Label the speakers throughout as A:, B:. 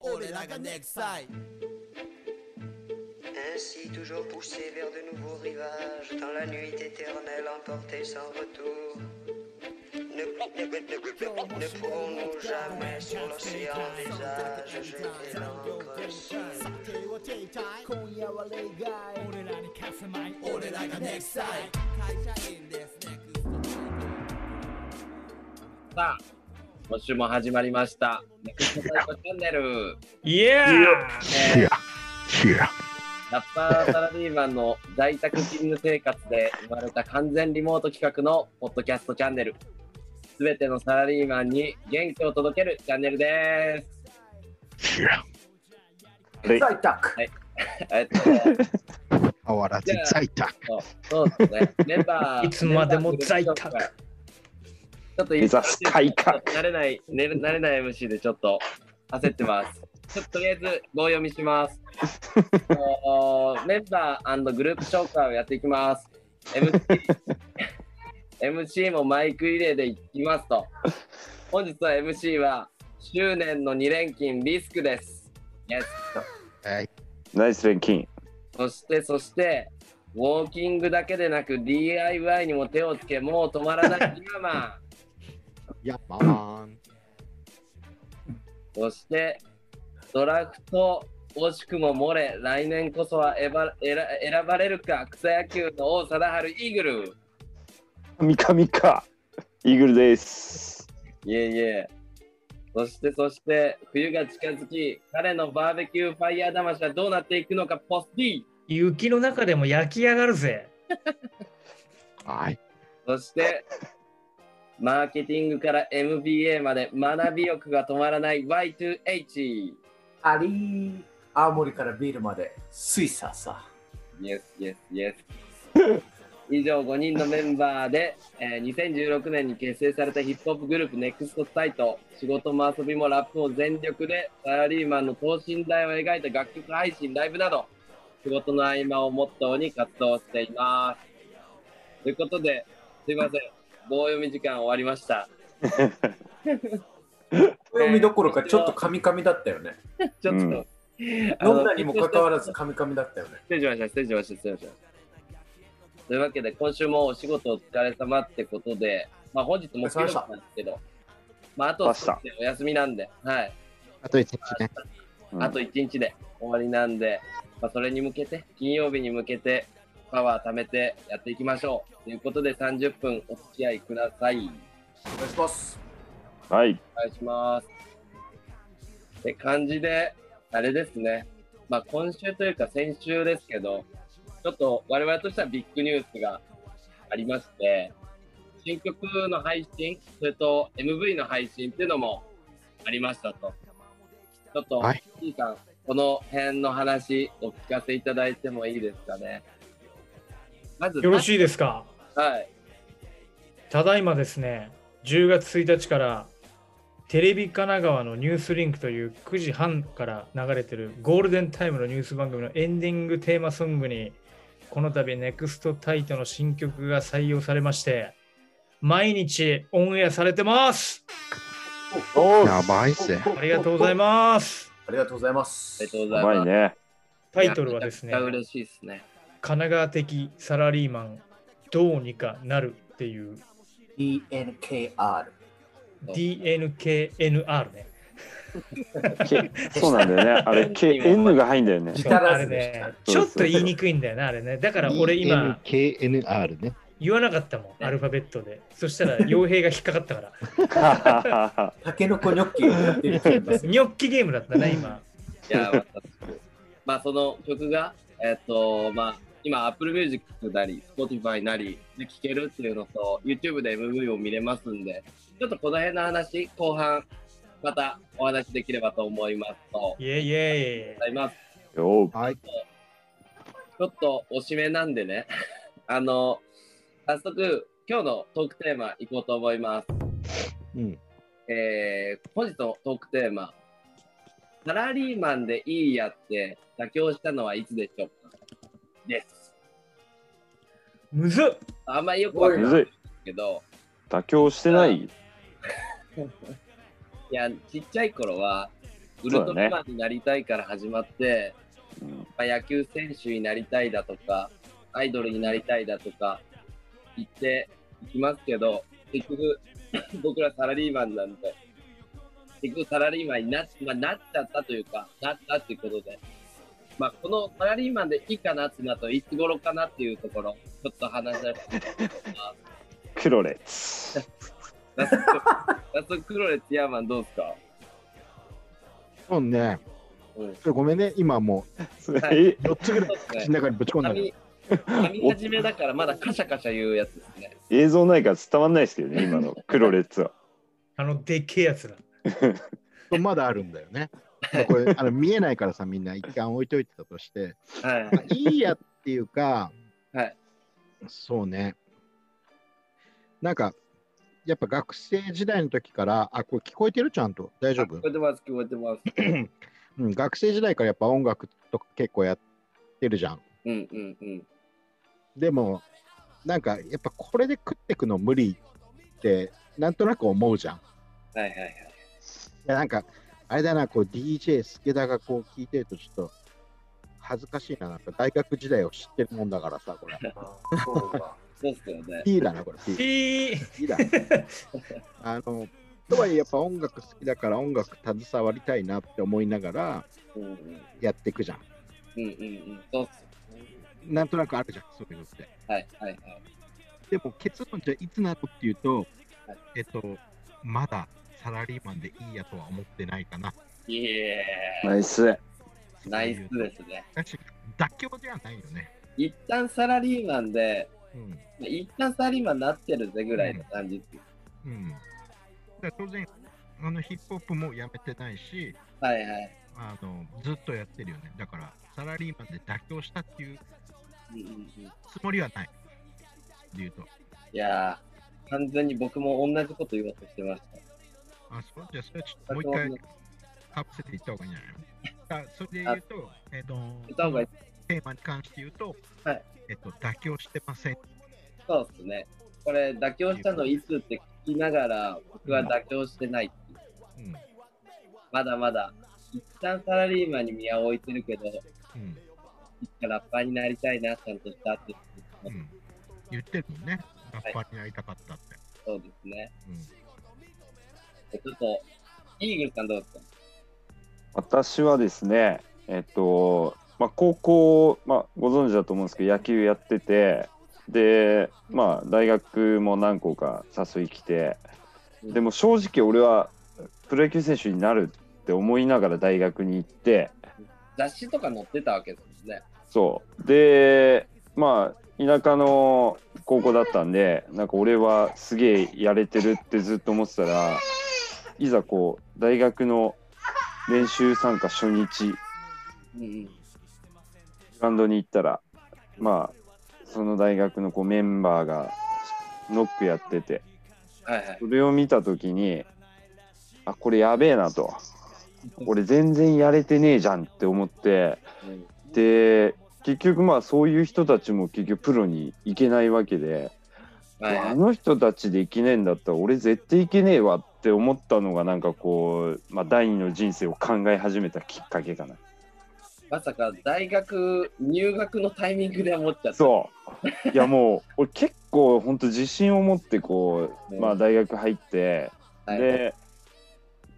A: 俺らがネクサイ
B: Ainsi toujours poussé vers de nouveaux rivages, dans la nuit éternelle emporté sans retour. Ne, ne- ne- ne- ne pourrons-nous jamais sur l'océan des âges jeter l'ancre seul
A: 酒を停滞
C: 今夜は例外俺らに貸すまい
A: 俺らがネクサイ会社員ですネクスト
D: さあ、今週も始まりました。ネクストタイムチャンネル、
E: イエー
F: Yeah. Yeah.
D: ラッパーサラリーマンの在宅勤務生活で生まれた完全リモート企画のポッドキャストチャンネル。すべてのサラリーマンに元気を届けるチャンネルです。
F: Yeah.
C: 在宅
D: えっと、
F: 変わらず在宅。
D: そうそうですね。メンバー、
E: いつまでも在宅
D: メンバー自己紹介ちょっといい
G: 目指す改革
D: 慣れない、ね慣れない MC でちょっと焦ってます。ちょっととりあえず棒読みします。おメンバーグループ紹介をやっていきます。MC, MC もマイクリレーでいきますと。本日の MC は執念の2連勤リスクです。Yes
F: はい。
G: ナイス連勤。
D: そしてそしてウォーキングだけでなく DIY にも手をつけもう止まらないキラマン。
F: やっぱーん。
D: そして、ドラフト惜しくも漏れ、来年こそは選ば選選ばれるか、草野球の王貞治イーグル。
G: ミカミカ。イーグルです。
D: いえいえ。そして、そして、冬が近づき、彼のバーベキューファイヤー魂はどうなっていくのか、ポスティ。
E: イ雪の中でも焼き上がるぜ。
F: はい。
D: そして、マーケティングから MBA まで学び欲が止まらない Y2H。
C: ありー青森からビールまでスイサさ
D: Yes, yes, yes. 以上5人のメンバーで、えー2016年に結成されたヒップホップグループ NEXT サイト仕事も遊びもラップも全力でサラリーマンの等身大を描いた楽曲配信ライブなど仕事の合間をモットーに活動していますということですいません棒読み時間終わりました
C: 読みどころかちょっとカミカミだったよね
D: ちょっと、
G: うん
D: あの
C: 飲んだにもかかわらずカミカミだったよね
D: 失礼しました、失礼しました、失礼しました。というわけで、今週もお仕事お疲れ様ってことで、まあ本日も曜日なんですけど、まああと
G: 明日
D: 少しでお休みなんで、はい、
F: あと一日ね。
G: うん
D: あと1日で終わりなんで、まあそれに向けて、金曜日に向けて、パワー貯めてやっていきましょう。ということで、30分お付き合いください。
C: お願いします
G: はい。
D: お願いします。って感じで、あれですね、まあ、今週というか先週ですけど、ちょっと我々としてはビッグニュースがありまして、新曲の配信、それと MV の配信っていうのもありましたと。ちょっと、
F: はい
D: いいか、この辺の話、お聞かせいただいてもいいですかね。まず、
E: よろしいですか
D: はい。
E: ただいまですね、10月1日からテレビ神奈川のニュースリンクという9時半から流れてるゴールデンタイムのニュース番組のエンディングテーマソングにこの度ネクストタイトの新曲が採用されまして毎日オンエアされてます
G: お
F: やばいっすね。
E: ありがとうございます
C: ありがとうございま
D: あり
C: す
D: がとうござ
G: う
D: い
G: ま
D: ま
G: い
D: す。
G: ね。
E: タイトルはですね
D: いやめちゃくちゃ嬉しいですね。
E: 神奈川的サラリーマンどうにかなるっていう
C: DNKR
E: DNKNR ね。
G: K そうなんだよね。あ れ、K、N が入んだよね。
C: 自他
E: あ
C: ら
E: れ
C: ずでし
E: ね
C: た、
E: ちょっと言いにくいんだよな、あれ ね。だから俺今
F: KNR ね。
E: 言わなかったもん、アルファベットで。そしたら傭兵が引っかかった から。
C: タケノコニョッキをやってる人い ます
E: ニョッキゲームだったね、今。
D: いや、私まあその曲が、えっと、まあ今 Apple Music なり Spotify なりで聴けるっていうのと YouTube で MV を見れますんで、ちょっとこの辺の話、後半またお話できればと思いますと、
E: イェイイェイ
D: ご。ざいます。
G: よ
F: はい。
D: ちょっとおしめなんでね、 あの、早速今日のトークテーマいこうと思います。
F: うん。
D: えー本日のトークテーマ、サラリーマンでいいやって妥協したのはいつでしょうかです。
E: むずっ
D: あんまりよくわか
G: ー
D: ん
G: む
D: ない
G: ずい。
D: けど、
G: 妥協してない。
D: いや、ちっちゃい頃は、ウルトラマンになりたいから始まって、
G: うん
D: まあ野球選手になりたいだとか、アイドルになりたいだとか言っていきますけど、結局 僕らサラリーマンなんで、結局サラリーマンにな,、まあ、なっちゃったというか、なったっていうことで、まあ、このサラリーマンでいいかなっていうのと、いつ頃かなっていうところ、ちょっと話し合い
G: クロレツ。
D: ラスラスクロレツヤーマンどうですか、
F: そうね。
D: うん
F: ちょっとごめんね、今も
G: え
F: う4つぐらい口の中にぶち込んだの
D: 髪髪始めだからまだカシャカシャ言うやつですね。
G: 映像ないから伝わんないですけどね、今のクロレツは。
E: あのでっけえやつだ。
F: まだあるんだよね。まあこれあの見えないからさ、みんな一旦置いといてたとして、
D: はい
F: まあいいやっていうか、
D: はい
F: そうね。なんか、やっぱ学生時代の時から、あ、これ聞こえてるちゃんと大丈
D: あ
F: 夫
D: 聞こえてます、聞こえてます。
F: うん、学生時代からやっぱ音楽とか結構やってるじゃん。
D: うんうんうん。
F: でも、なんかやっぱこれで食ってくの無理って、なんとなく思うじゃん。い
D: はいはいはい。
F: や、なんか、あれだな、こう DJ 助田がこう聞いてるとちょっと恥ずかしいな、なんか大学時代を知ってるもんだからさ、これ。
C: そうか。
D: そうっすよね。
F: P だな、これ P。
E: ピー
F: P だ。あの、とはいえやっぱ音楽好きだから音楽携わりたいなって思いながら
D: うんうんうん
F: やっていくじゃん。
D: うんうん。そうっすよ
F: なんとなくあるじゃん、そういうのって。
D: はいはいはい。
F: でも結論じゃいつなのっていうと
D: はい、
F: えっと、まだサラリーマンでいいやとは思ってないかな。
D: いえ
G: ナイス。
D: ー、ナイスですね。
F: だし妥協ではないよね。
D: 一旦サラリーマンで、
F: うん。
D: 一旦サラリーマンになってるぜぐらいの感じですよ
F: うん。だから当然、あのヒップホップもやめてないし、
D: はいはい。
F: あのずっとやってるよね。だから、サラリーマンで妥協したっていう
D: うんうんうん
F: つもりはない。でいうと。
D: いやー、完全に僕も同じこと言おうとしてました。
F: あ、そうじゃあそれはちょっともう一回かぶせていった方がいいんじゃないのだそれで言うと、え
D: 言
F: っ、と、
D: った方がいい
F: テーマに関して言うと、
D: はい
F: えっと、妥協してません。
D: そうですね。これ、妥協したのいつって聞きながら、僕は妥協してないっていう。
F: うん
D: まだまだ、一旦サラリーマンに身を置いてるけど、い
F: うん
D: つかラッパーになりたいな、ちゃんとしたって。
F: うん、言ってるもんね、ラッパーになりたかったって。
D: そうですね。
F: うん
D: でちょっと、イーグルさんどうですか
G: 私はですね、えっと、まあ、高校、まあ、ご存知だと思うんですけど、野球やってて、で、まあ、大学も何校か誘い来て、でも正直俺はプロ野球選手になるって思いながら大学に行って、
D: 雑誌とか載ってたわけですね。
G: そう。で、まあ、田舎の高校だったんで、なんか俺はすげえやれてるってずっと思ってたら、いざこう、大学の練習参加初日、
D: うんうん。
G: グラウンドに行ったら、まあ、その大学のこうメンバーがノックやってて、
D: はいはい。
G: それを見たときに、あ、これやべえなと。俺全然やれてねえじゃんって思って、
D: うん
G: で、結局まあそういう人たちも結局プロに行けないわけで、
D: はいは
G: あ
D: い。
G: の人たちで行けねえんだったら俺絶対行けねえわって思ったのがなんかこう、まあ、第二の人生を考え始めたきっかけかな。
D: まさか大学入学のタイミングで思っちゃった。
G: そう。いやもう俺結構本当自信を持ってこう、
D: うん
G: まあ、大学入って、
D: はい
G: で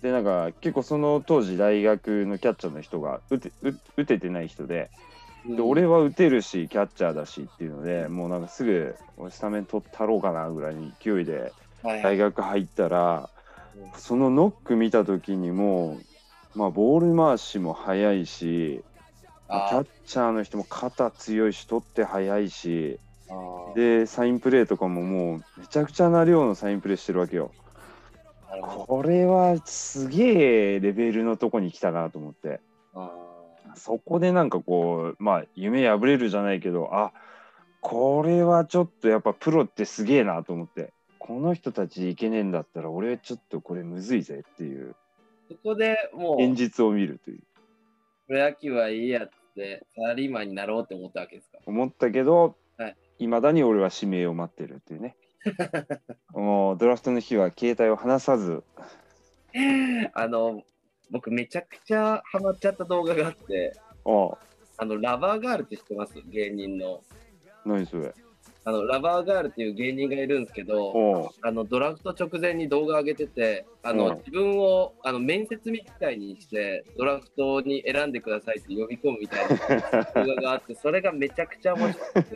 G: でなんか結構その当時大学のキャッチャーの人が打て打打ててない人で
D: うん
G: で俺は打てるしキャッチャーだしっていうのでもうなんかすぐ俺スタメン取ったろうかなぐらいの勢いで
D: はいはい
G: 大学入ったら
D: うん
G: そのノック見た時にもう、まあ、ボール回しも速いしキ
D: あ
G: ャッチャーの人も肩強いし取って速いし
D: ー
G: でサインプレーとかももうめちゃくちゃな量のサインプレーしてるわけよ。
D: なるほど
G: これはすげえレベルのとこに来たなと思って
D: あ
G: そこでなんかこうまあ夢破れるじゃないけどあこれはちょっとやっぱプロってすげえなと思ってこの人たちいけねえんだったら俺はちょっとこれむずいぜっていう
D: ー。そこでもう。
G: 現実を見るという
D: プロ野球はいいやっつってサラリーマンになろうって思ったわけですか
G: 思ったけど
D: はい
G: いまだに俺は指名を待ってるっていう ねもうドラフトの日は携帯を離さず
D: あの僕めちゃくちゃハマっちゃった動画があって、
G: あ
D: あの、ラバーガールって知ってます芸人の。
G: 何それ
D: あの、ラバーガールっていう芸人がいるんですけど、
G: おう
D: あの、ドラフト直前に動画上げてて、あ
G: う
D: の、
G: ん
D: 自分を、あの、面接みたいにして、ドラフトに選んでくださいって呼び込むみたいな動画があって、それがめちゃくちゃ面白くて、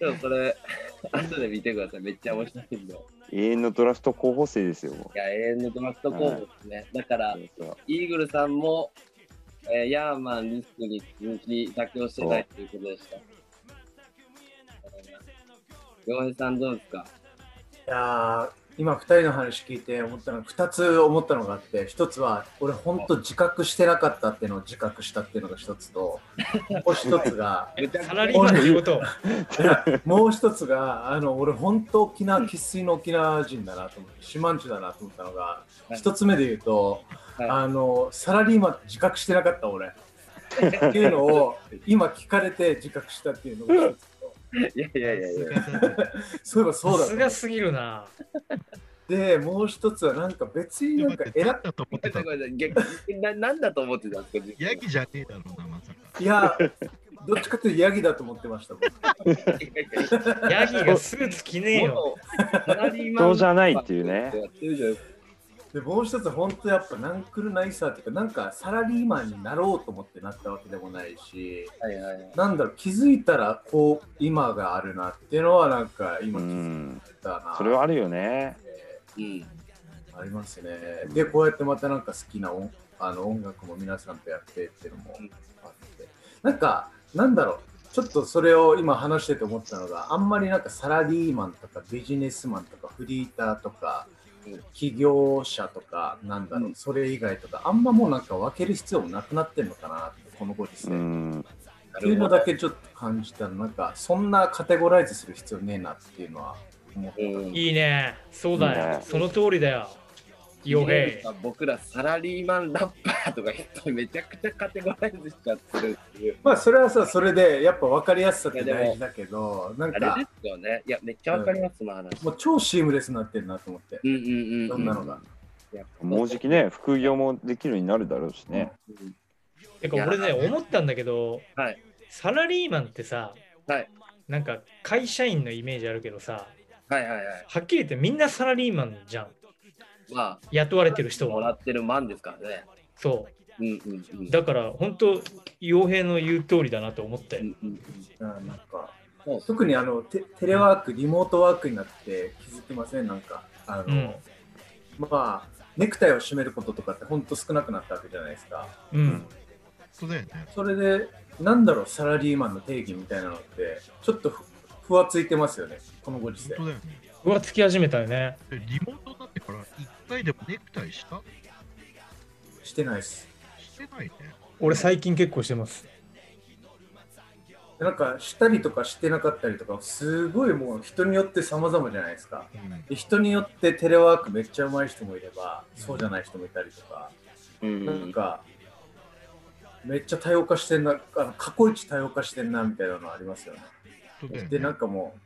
D: ちょっとそれ、 後で見てください。めっちゃ面白いんで。
G: 永遠のドラフト候補生ですよも
D: いや、永遠のドラフト候補ですね。だから、
G: う
D: イーグルさんも、えーヤーマン、リスクに続き妥協してないということでした。洋平さんどうですか
C: いやー今2人の話聞いて思ったの2つ思ったのがあって1つは俺本当自覚してなかったっていうのを自覚したっていうのが1つともう1つが
E: えサラリーマンの言うことを。
C: いやもう1つがあの俺本当沖縄生粋の沖縄人だなと思って島んちゅだなと思ったのが
D: い
C: 1つ目で言うと、
D: はい
C: あのサラリーマンって自覚してなかった 俺っていうのを今聞かれて自覚したっていうのが一つと
D: いやいやいやいや。
C: そういえばそ
E: さ
C: うだ
E: すがすぎるな。
C: でもう1つはなんか別に なんか偉
H: だと思っ
D: ごめ
H: て
D: んな
H: た。
D: さい逆にななんだと思ってたんですか自分
H: ヤギじゃねえだろうな、まさか。
C: いや、どっちかというとヤギだと思ってましたもん。
E: ヤギがスーツ着ねえよ。
D: サラリーマン
G: そうじゃないっていうね。
C: で、もう一つ、本当やっぱ、ナンクルナイサーっていうか、なんかサラリーマンになろうと思ってなったわけでもないし、
D: はいはいはい。
C: なんだろう、気づいたら、こう、今があるなっていうのは、なんか、今
G: う
C: 気づい
G: ん
C: たな。
G: それはあるよね
D: うん。
C: ありますね。で、こうやってまたなんか好きな音あの音楽も皆さんとやってっていうのもあって、なんか、なんだろう、ちょっとそれを今話してて思ったのが、あんまりなんかサラリーマンとかビジネスマンとかフリーターとか
D: うん、
C: 起業者とか、なんだろう、それ以外とか、あんまもうなんか分ける必要もなくなってんのかなって、このご時世。
G: う
C: っ
G: ん
D: な
C: ていう
D: る
C: の
D: ほ
C: だ
D: ど。
C: けちょっと感じたら、なんか、そんなカテゴライズする必要ねえなっていうのは思った。
D: うん
E: いいね。そうだよ。
G: いいね
E: その通りだよ。洋平。
D: 僕らサラリーマンラッパーとか言ってめちゃくちゃカテゴライズしちゃってるっていう。
C: まあそれはさそれでやっぱ分かりやすさって大事だけどなん
D: あれ
C: か
D: ですよね。いや、めっちゃわかります、その話。
C: もう超シームレスになってるなと思って
D: うんうん
C: ど
D: うん
C: んなのが
D: うん。
G: もうじきね副業もできるようになるだろうしね
D: うん。
E: てか俺ね、
D: いや
E: 思ったんだけど、
D: はい
E: サラリーマンってさ、
D: はい
E: なんか会社員のイメージあるけどさ、
D: はいはいはい。
E: はっきり言ってみんなサラリーマンじゃん。
D: ま
E: 雇われてる
D: あ、
E: 人
D: もら
E: は。
D: ってるマンですからね。
E: そ
D: うんうんうん
E: う。。だから本当、洋平の言う通りだなと思った
D: う
E: よ。
D: んうん
C: うんなんか
D: うん
C: 特にあのテテレワークリモートワークになって気づきませんなんかあの、
E: うん
C: まあネクタイを締めることとかってほんと少なくなったわけじゃないですか
E: うん。
H: そうだよね。
C: それでなんだろうサラリーマンの定義みたいなのってちょっとふふわついてますよねこのご時世
H: 本当だよね。
E: うわ、つき始めたよね。
H: でリモートになってから、一回でもネクタイした
C: してないです
H: してないね。
E: 俺最近結構してます。
C: なんかしたりとかしてなかったりとかすごいもう人によって様々じゃないですか
H: うん
C: で人によってテレワークめっちゃ上手い人もいればそうじゃない人もいたりとか、
D: うんう
C: なん
D: ん
C: かめっちゃ多様化してんなあの過去一多様化してんなみたいなのありますよね
H: そうだよね。
C: でなんかもう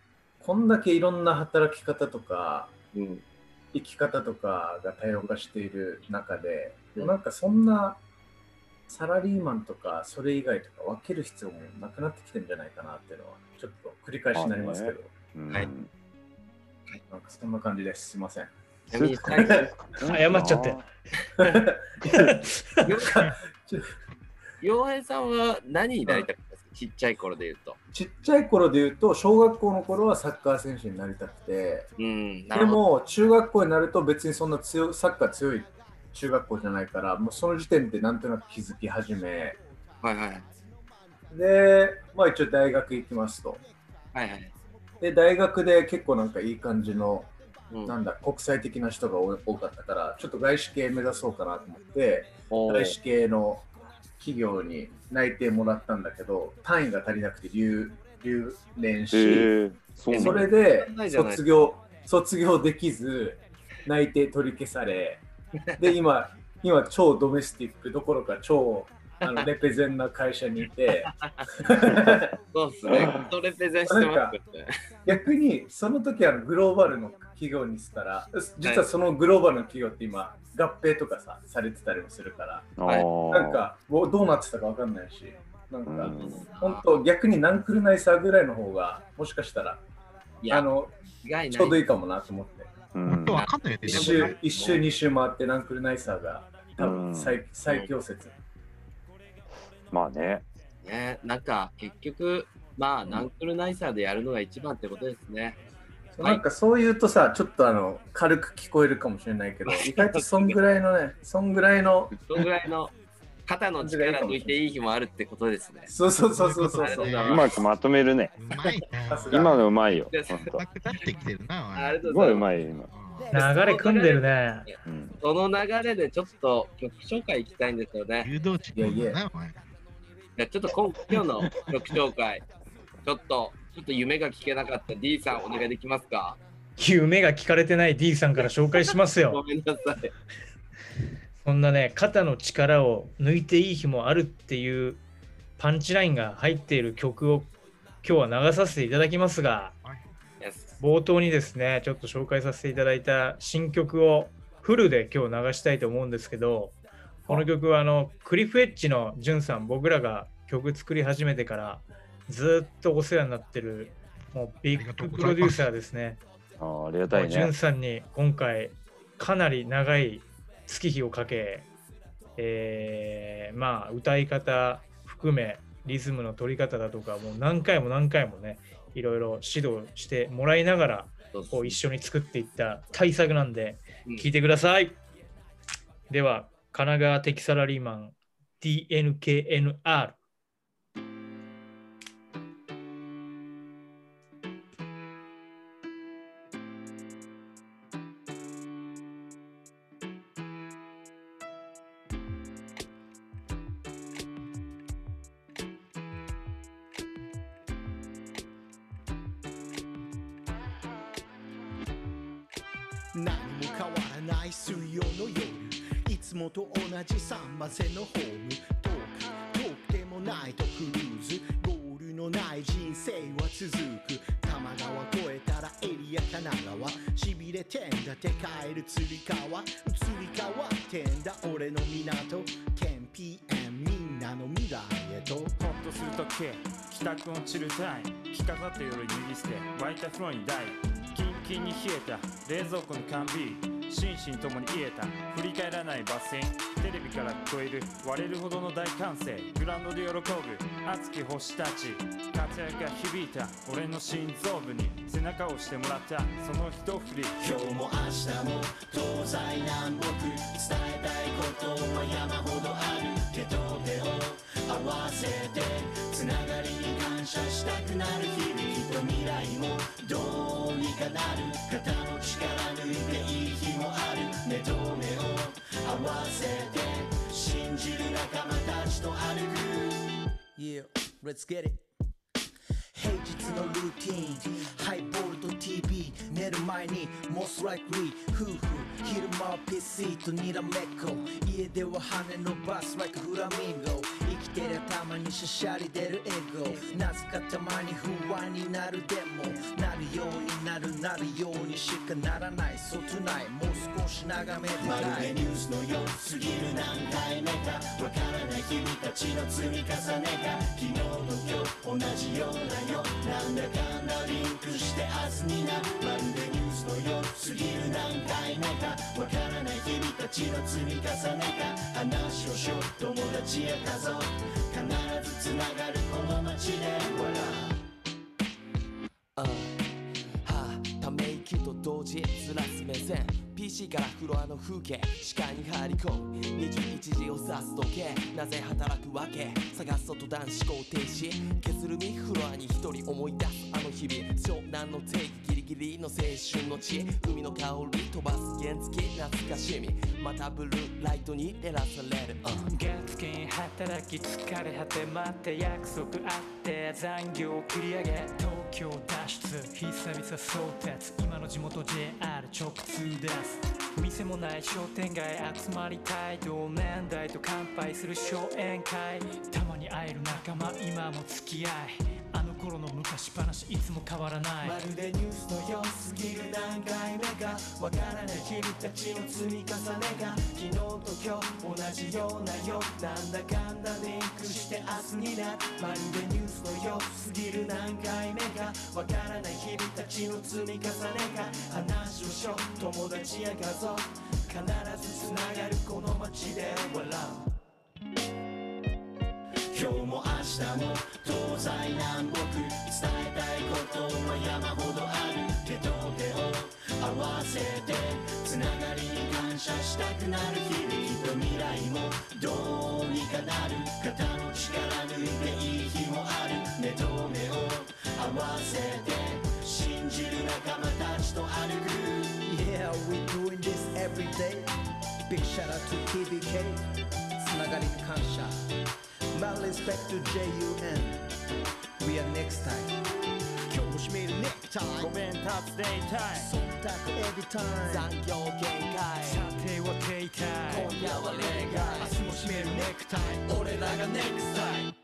C: こんだけいろんな働き方とか
D: うん
C: 生き方とかが多様化している中で、
D: うん
C: なんかそんなサラリーマンとかそれ以外とか分ける必要もなくなってきてるんじゃないかなっていうのはちょっと繰り返しになりますけど、
G: うん
H: はい
C: なんかそんな感じですすいません
G: スーツか
E: 謝っちゃって
D: 洋平さんは何になりたかったですかちっちゃい頃で言うと。
C: ちっちゃい頃で言うと小学校の頃はサッカー選手になりたくて
D: うん、な
C: で
D: るほど。
C: も中学校になると別にそんな強いサッカー強い中学校じゃないからもうその時点でなんとなく気づき始め
D: はいはい。
C: でまあ一応大学行きますと
D: はいはい。
C: で大学で結構なんかいい感じの
D: うん
C: なんだ国際的な人が多多かったからちょっと外資系目指そうかなと思って
D: お
C: 外
D: ー
C: 資系の企業に内定もらったんだけど単位が足りなくて留留年し、
G: ええそう
C: そ
G: なん
C: れ
G: だ
C: で
D: ないじゃない
C: 卒業卒業できず内定取り消されで今今超ドメスティックどころか超あのレペゼンな会社にい て
D: そうですね。ずっとレペゼンしてますよね。
C: 逆にその時あのグローバルの企企業にしたら、実はそのグローバルの企業って今、合併とかさ、されてたりもするから、
D: はい
C: なん
G: あ
C: か、もうどうなってたかわかんないし、な
G: あ、
C: ん
G: う
C: か、
G: ん、
C: 本当逆に何くるないさぐらいの方が、もしかしたら、
D: い
C: あ
D: や、
C: の、
D: 違いない。
C: ちょうどいいかもなと思って。
G: うん
H: と、わかんないよね。
C: 一
H: でもね
C: 周、一周、二周回って、ランクルナイサーが、多分最最強説。
G: まあね、
D: ね、なんか、結局、まあ、ナンクルナイサーでやるのが一番ってことですね。
C: そうなんかそう言うとさ、ちょっとあの軽く聞こえるかもしれないけど、意外とそんぐらいのね、そんぐらいの、
D: そのぐらいの肩の力抜いていい日もあるってことですね。
C: そうそうそうそ うそうそう。
G: うまくまとめるね。
H: うまいね。
C: さすが
G: 今のうまいよ
D: いや、
G: 本当
H: な。くなってきてるな。おい
D: ありがと
G: す
D: うご
G: ご
D: ざ
G: い
D: いうます。
G: まいよ、今。
H: うん
E: 流れ組んでるね。
G: うん
D: その流れでちょっと曲紹介行きたいんですよね。
H: 誘導地君だな、お前。
D: いやちょっと今今日の曲紹介、ちょっと、ちょっと夢が聞けなかった D さんお願いできますか
E: 夢が聞かれてない D さんから紹介します
D: ご
E: よ。
D: めんなさい。
E: そんなね、肩の力を抜いていい日もあるっていうパンチラインが入っている曲を今日は流させていただきますが、冒頭にですね、ちょっと紹介させていただいた新曲をフルで今日流したいと思うんですけど、この曲はあのクリフエッジのジュンさん、僕らが曲作り始めてからずっとお世話になってるもうビッグプロデューサーですね。
G: あーありがたい
E: ジュン
G: ね。
E: さんに今回かなり長い月日をかけ、えーまあ歌い方含めリズムの取り方だとかもう何回も何回もねいろいろ指導してもらいながらこう一緒に作っていった対策なんで
D: うん
E: 聞いてください、では神奈川的サラリーマン DNKNR
A: 何も変わらない水曜の夜いつもと同じ3番線のホーム遠く遠くでもないとクルーズゴールのない人生は続く多摩川越えたらエリア神奈川しびれてんだって帰る釣り革移り変わってんだ俺の港 10pm みんなの未来へと
I: ホッとするとき帰宅のチルタイム着飾った夜に脱ぎ捨て湧いた風呂にダイブキンキンに冷えた冷蔵庫の缶ビール心身ともに癒えた振り返らないバステレビから聞こえる割れるほどの大歓声グラウンドで喜ぶ熱き星たち活躍が響いた俺の心臓部に背中を押してもらったその一振り
A: 今日も明日も東西南北伝えたいことは山ほどあるけど手を合わせてつながりに感謝したくなる日々きっと未来もどうにかなる肩の力抜いていい日もある目と目を合わせて信じる仲間たちと歩く Yeah, let's get it 平日のルーティンハイボールと TV 寝る前に Most likely 夫婦昼間は PC とにらめっこ家では羽伸ばす like フラミンゴ生きてりゃたまにしゃしゃり出るエゴなぜかたまに不安になるでもなるようになるなるようにしかならないそう tonight もう少し眺めてまるでニュースのよすぎる何回目かわからない君たちの積み重ねが昨日と今日同じようなよなんだかんだリンクして明日になまるでニュースのよすぎる何回目かわからない君たちの積み重ねが話をしよう友達や家族必ずつながるこの街で笑うああはあため息と同時ずらす目線 PC からフロアの風景視界に入り込む21時を指す時計なぜ働くわけ探すと男子校停止削る身フロアに一人思い出すあの日々湘南の定義ギリギリの青春の地海の香り飛ばす原付懐かしみまたブルーライトに照らされる、うん
I: 月金ハッ
A: 働き疲れ果て待って約束あって残業繰り上げ東京脱出久々相鉄今の地元 JR 直通です店もない商店街集まりたい同年代と乾杯する商宴会たまに会える仲間今も付き合いあの頃の昔話いつも変わらないまるでニュースの良すぎる何回目かわからない日々たちの積み重ねが昨日と今日同じようなよなんだかんだリンクして明日になるまるでニュースの良すぎる何回目かわからない日々たちの積み重ねが話をしよう友達や画像必ずつながるこの街で笑う今日も明日も東西南北伝えたいことは山ほどあるけど手を合わせてつながりに感謝したくなる日々きっと未来もどうにかなる肩の力抜いていい日もある目と目を合わせて信じる仲間たちと歩く Yeah, we doing this every day Big shout out to TBK つながりに感謝 My respect to JUN. We are next time. 今日も締めるネクタイ
I: ごめん、タツデイタイム
A: 忖度エビタイム残業限界査定は停滞今夜は例外明日も締めるネクタイ俺らがネクタイ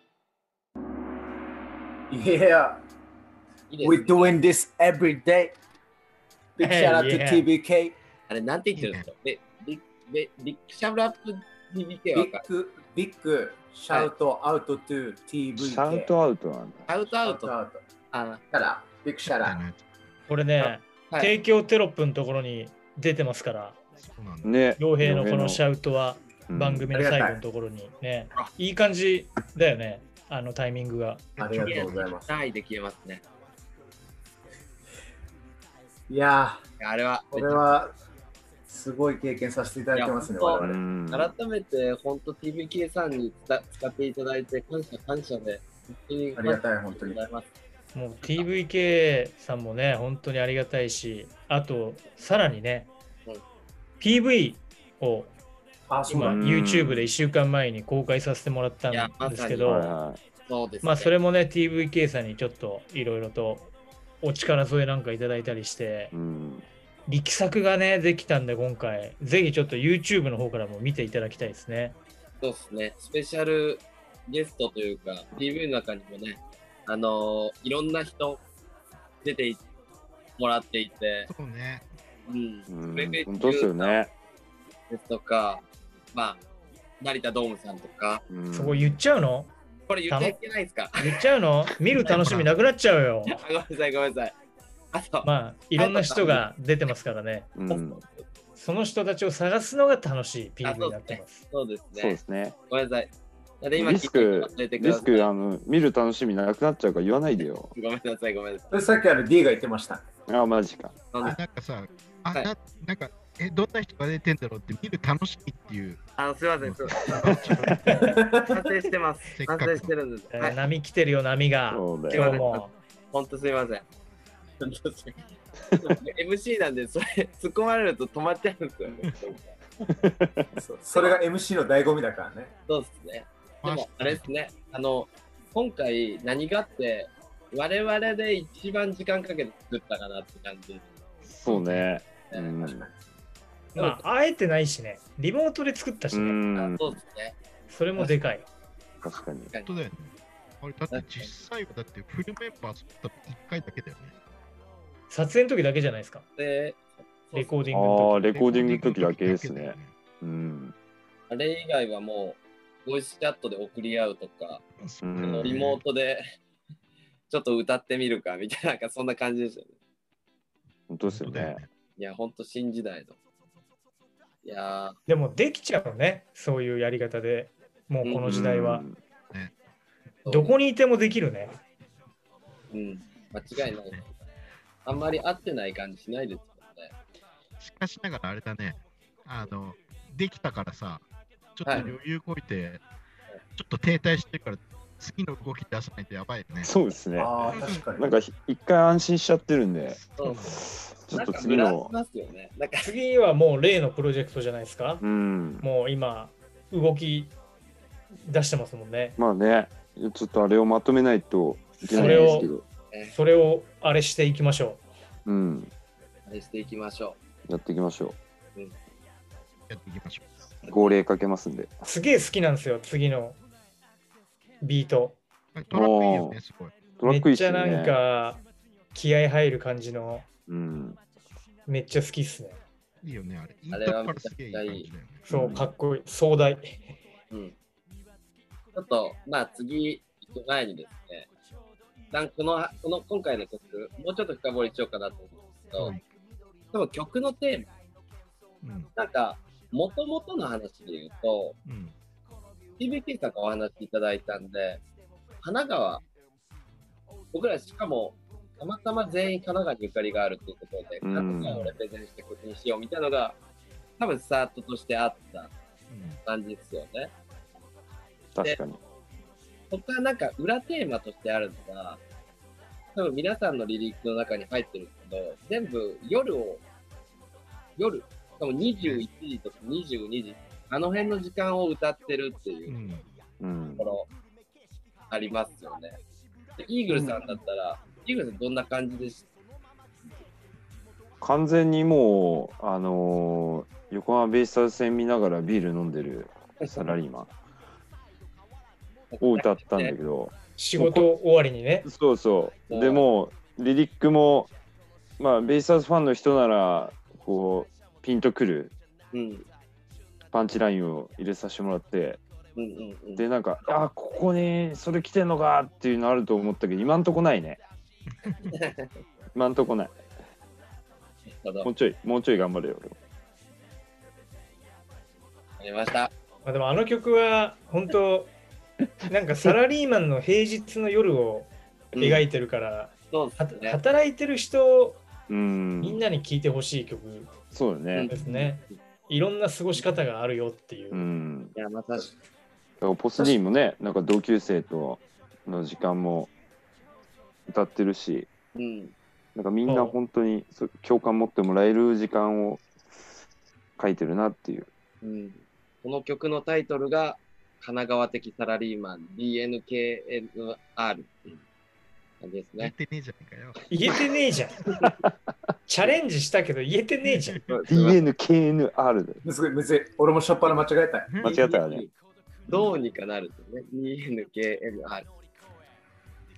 C: Yeah,
D: いいです
C: we're
D: ね
C: doing this every day. Big shout out to
E: Yeah.
C: TBK.
D: あれ、なんて言ってるんですかで、で、で、ビッグシャブラップ TBK は
C: Big,
D: かる
C: big shout out to
G: シャウ
C: TBK.
G: トアウトなん
D: シ
G: だ。
D: ャウトアウ
C: Shout
D: ト。
C: out.
D: あ
C: ただ、ビッグシャラー。
E: これね、
D: はい
E: 提供テロップのところに出てますから、
H: そうなんだ。
G: ね。
E: 傭兵のこのシ
G: ャ
E: ャウトは番組の最後のところにね、いい感じだよね、あのタイミングが。
C: ありがとうございます。
D: 単位で消えますね。
C: いや
D: あれは、
C: ー、これはすごい経験させていただいてますね、
D: いや
C: 我
G: う
C: 々。
G: ん。
D: 改めて、本当 TBK さんに使使っていただいて、感謝感謝で、本当に
C: ありがたい本当に
D: ありがとうございます。
E: もう TVK さんもね、本当にありがたいし、あと、さらにね
D: うん、
E: PV を
C: あ、そう
E: 今、
C: だ
G: うん
E: YouTube で1週間前に公開させてもらったん
D: いやまさに
E: ですけ
G: はい
E: ど、
G: は
D: そうです、ね。
E: まあ、それもね、TVK さんにちょっといろいろとお力添えなんかいただいたりして
G: い。う、ん。
E: 力作がね、できたんで、今回、ぜひちょっと YouTube の方からも見ていただきたいですね。
D: そうですね、スペシャルゲストというか、PV の中にもね、あのーいろんな人出ていもらっていて、
H: そうね。
D: うん、
G: うん
D: ベベ
G: 本当ですよね。
D: ですとか、まあ、成田ドームさんとか、
G: うん
E: そこ言っちゃうの
D: これ言ってはいけないですか
E: 言っちゃうの見る楽しみなくなっちゃうよ。
D: ごめんなさい、ごめんなさい。あと、
E: まあ、いろんな人が出てますからね。
G: うん
E: その人たちを探すのが楽しい PV になってます。
D: そうです
G: そうで
D: ね、
G: すね。
D: ごめんなさい。なんで今、
G: リスク
D: 聞いていただいて、く
G: リ
D: ださ
G: ス
D: い
G: ク、あの、見る楽しみなくなっちゃうから言わないでよ。
D: ごめんなさい、ごめんなさい。
C: それさっきあの D が言ってました。
G: あ、マジか。
D: はい
H: なんかさ、あ、
D: はい
H: ななんか、え、どんな人が出てんだろうって見る楽しみっていう。
D: あのすいません、そう反省してます
H: せっ。か
D: 反
H: く
D: 省してるんです。
E: えー
D: はい、
E: 波来てるよ、波が。
G: そうだ
E: 今
G: よ。
E: 日も。
D: ほんとすいません。MC なんで、それ、突っ込まれると止まっちゃうんですよね。
C: そうそれが MC の醍醐味だからね。
D: そうですね。でも、あれですね。あの、今回、何があって、我々で一番時間かけて作ったかなって感じ。
G: そうね。う
C: 確
G: ん
C: か。
E: まあ、会えてないしね。リモートで作ったし
G: う
E: ね。
G: ん。
D: そうですね。
E: それもでかい。
G: 確かに。
D: 確か
H: 本当
D: に
H: だよね。あれ、だって実際はだってフルメンバー作ったの1回だけだよね。
E: 撮影の時だけじゃないですか。
D: で、
E: レコーディング
G: ああ、
E: の
G: レコーディングの時だけですね。うん。
D: あれ以外はもう、ボイスチャットで送り合うとか、
H: そう
G: う
H: だ
G: ん
H: よね。
D: リモートで、ちょっと歌ってみるか、みたいな、なんかそんな感じでしたね。
G: 本当ですよね。
D: いや、ほんと新時代の。いや
E: 時。でも、できちゃうね。そういうやり方で。もうこの時代は
G: う。ん。
D: ー、
E: どこにいてもできるね。
D: うん、間違いない。あんまり合ってない感じしないです
H: しかしながらあれだね、あの、できたからさ、ちょっと
D: はい
H: 余裕こいて、ちょっと停滞してるから、次の動き出さないとやばいよね。
G: そうですね。
C: ああ、確かに。
G: なんかひ一回安心しちゃってるんで、
D: もんね。
G: ちょっと
D: なんか
G: 次
D: ブラし
G: の、
D: ますよね。なんか、
E: 次はもう例のプロジェクトじゃないですか
G: う。ん、
E: もう今、動き出してますもんね。
G: まあね、ちょっとあれをまとめないといけないんですけど、
E: それをあれしていきましょ
G: うん、
D: あれしていきましょ
G: やっていきましょ
H: やっていきましょ
G: う。号令かけますんで。
E: う。すげえ好きなんですよ、次のビート。
H: う。トラックいいよね、すごい。
G: トラック
E: め
G: いい
E: っ
G: っす
E: ちゃ
G: よね。
E: なんか気合入る感じの、
G: うん。
E: めっちゃ好きっすね。
H: いいよね、あれ。イン
D: あ
H: ト
D: れは
H: ロからすげえいい感じだよね。
E: そう、かっこいい。壮大。
D: う。うん。ちょっと、まあ次行く前にですね、一旦この、この今回の曲、もうちょっと深掘りしようかなと思うんですけど、
H: はい
D: でも曲のテーマ、
H: うん。
D: なんか、もともとの話で言うと、
H: うん。
D: TBK さんがお話しいただいたんで、神奈川、僕らしかも、たまたま全員神奈川にゆかりがあるということで、
G: う
D: 神
G: ん
D: 奈川をレペゼンして曲にしようみたいなのが、多分スタートとしてあった感じですよね。
G: 確かに。
D: そこからなんか裏テーマとしてあるのが、多分皆さんのリリークの中に入ってるんですけど、全部夜を、夜、しかも21時とか22時、あの辺の時間を歌ってるっていう
H: ん。
D: う。
G: うん
D: とこ。ろありますよね。でイーグルさんだったら、イーグルさんどんな感じでし
G: 完全にもう、あのー横浜ベイスターズ戦見ながらビール飲んでるサラリーマンを歌ったんだけど、
E: 仕事終わりにね。
G: そうそう。でも、リリックも、まあ、ベイスターズファンの人なら、こう、ピンとくる
D: うん
G: パンチラインを入れさせてもらって、
D: うんうんうん。
G: でなんか「あここにそれ来てんのか」っていうのあると思ったけど今んとこないね今んとこない
D: なる
G: も
D: ほ
G: う
D: ど
G: ちょいもうちょい頑張れよ俺も
D: ありました。
E: まあ、でもあの曲は本当なんかサラリーマンの平日の夜を描
D: 意
E: いてるから、
D: と
E: は
D: ね。
E: 働いてる人
G: うー
E: みん
G: ん
E: なに聴いてほしい曲
G: そうだね
E: ですね、いろんな過ごし方があるよっていう、
G: うん、
D: いや、また、確
G: だからポスディもねなんか同級生との時間も歌ってるし
D: うん。
G: なんかみんな本当にそう共感持ってもらえる時間を書いてるなっていう
D: うん。この曲のタイトルが、神奈川的サラリーマン DNKNR っていう感じです
H: 言っ
D: ね。
H: てねえじゃねえかよ。
E: 言えてねえ じゃんチャレンジしたけど言えてねえじゃん
G: DNKNR だよ
C: 別に別に俺もしょっぱな間違えたよ。
G: 間違ったからね。
D: どうにかなるとね。DNKNR。ち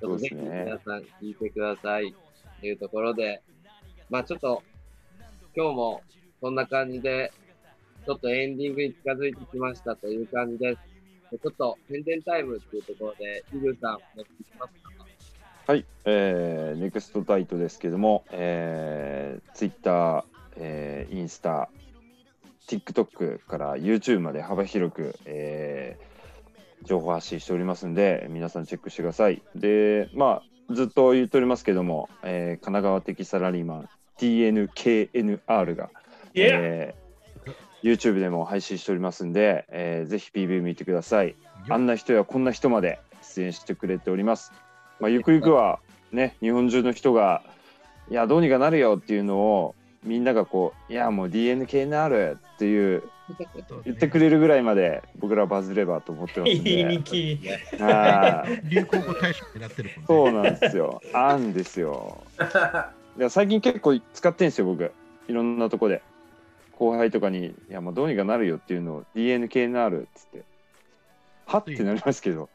D: ょっとぜひ
G: そうですね
D: 皆さん聞いてくださいというところで、まあちょっと今日もそんな感じで、ちょっとエンディングに近づいてきましたという感じです。でちょっと宣伝タイムっていうところで、イグさん、お願いしますか
G: はい、えー、ネクストタイトですけども、えー、Twitter、えー、インスタ、TikTok から YouTube まで幅広く、えー情報発信しておりますんで、皆さんチェックしてください。で、まあ、ずっと言っておりますけども、えー神奈川的サラリーマン、TNKNR が、
E: いや、
G: えー YouTube でも配信しておりますんで、えーぜひ PV 見てください。あんな人やこんな人まで出演してくれております。まあ、ゆくゆくはね、日本中の人が、いや、どうにかなるよっていうのを、みんながこう、いや、もう DNK になるっていう、言ってくれるぐらいまで、僕らバズればと思ってますん
E: 言いに
G: で。
E: き
G: あー
H: れ。流行語大賞狙ってるもんね。
G: そうなんですよ。 あんですよ。いや最近結構使ってんですよ、僕。いろんなとこで。後輩とかに、いや、もうどうにかなるよっていうのを DNK になるっつって。はってなりますけど。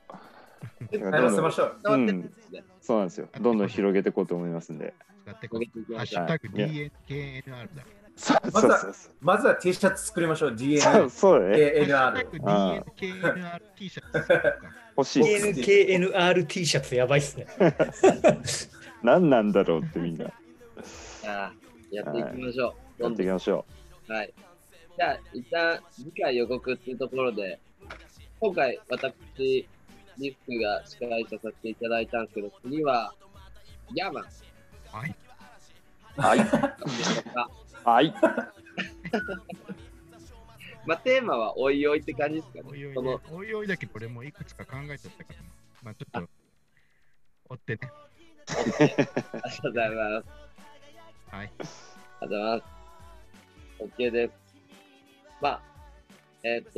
G: だからど
C: 話せ
G: んど
C: ま
G: ん
C: しょう。
D: 伝わってるんですね。
G: そうなんですよ。どんどん広げていこうと思います んで。
H: 使ってこ
D: お
H: う
D: 願いし
H: ハッ
D: ます
H: シュタグ DNKNR だ。
G: そう
C: ま
G: そ
C: ず
G: う
C: は
G: そうそう。
C: まずは T シャツ作りましょう。
G: そう
C: DNA。
G: そうだね。
H: ハッ
C: ANR
H: シュ。タグ DNKNRT シャツ作ろうか。
G: 欲しいっす。
E: DNKNRT シャツやばいっすね
G: 何なんだろうってみんな。
D: じゃあやっていきましょう。
G: や
D: ど
G: っ
D: ん
G: て
D: ど
G: いきましょ
D: ん。はい。じゃあ、一旦次回予告っていうところで、今回私、リックが司会者させていただいたんですけど、次は、ヤーマン。
H: はい。
G: う。はい。はい。
D: まあ、テーマはおいおいって感じですか
H: おい
D: ね。
H: おい
D: そ
H: ね
D: の、
H: おいおいだけど、俺もいくつか考えちゃったからな。まあちょっと、追ってね。
D: ありがとうございます。
H: はい。
D: ありがとうございます。OK です。まあ、えっ、と、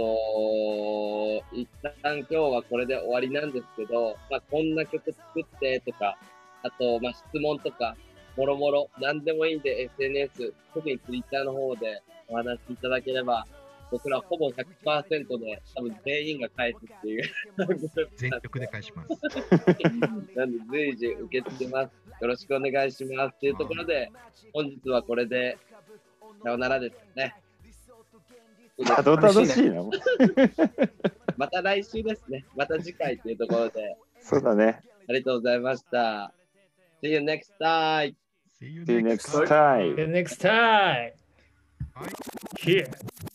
D: 一旦今日はこれで終わりなんですけど、まあ、こんな曲作ってとか、あと、まあ、質問とか、もろもろ、何でもいいんで SNS、特に Twitter の方でお話しいただければ、僕らほぼ100%で、多分全員が返すって いうグループ
H: 全
D: なんで
H: 力で返します。
D: なんで随時受け付けます。よろしくお願いします。というところで、本日はこれで、さよならですね。
G: たどたどしいな。もう
D: また来週ですね。また次回というところで、
G: そうだね。
D: ありがとうございました。See you next time!
H: See you
G: See you
H: next
G: next time.
E: The next time
H: time.
E: here.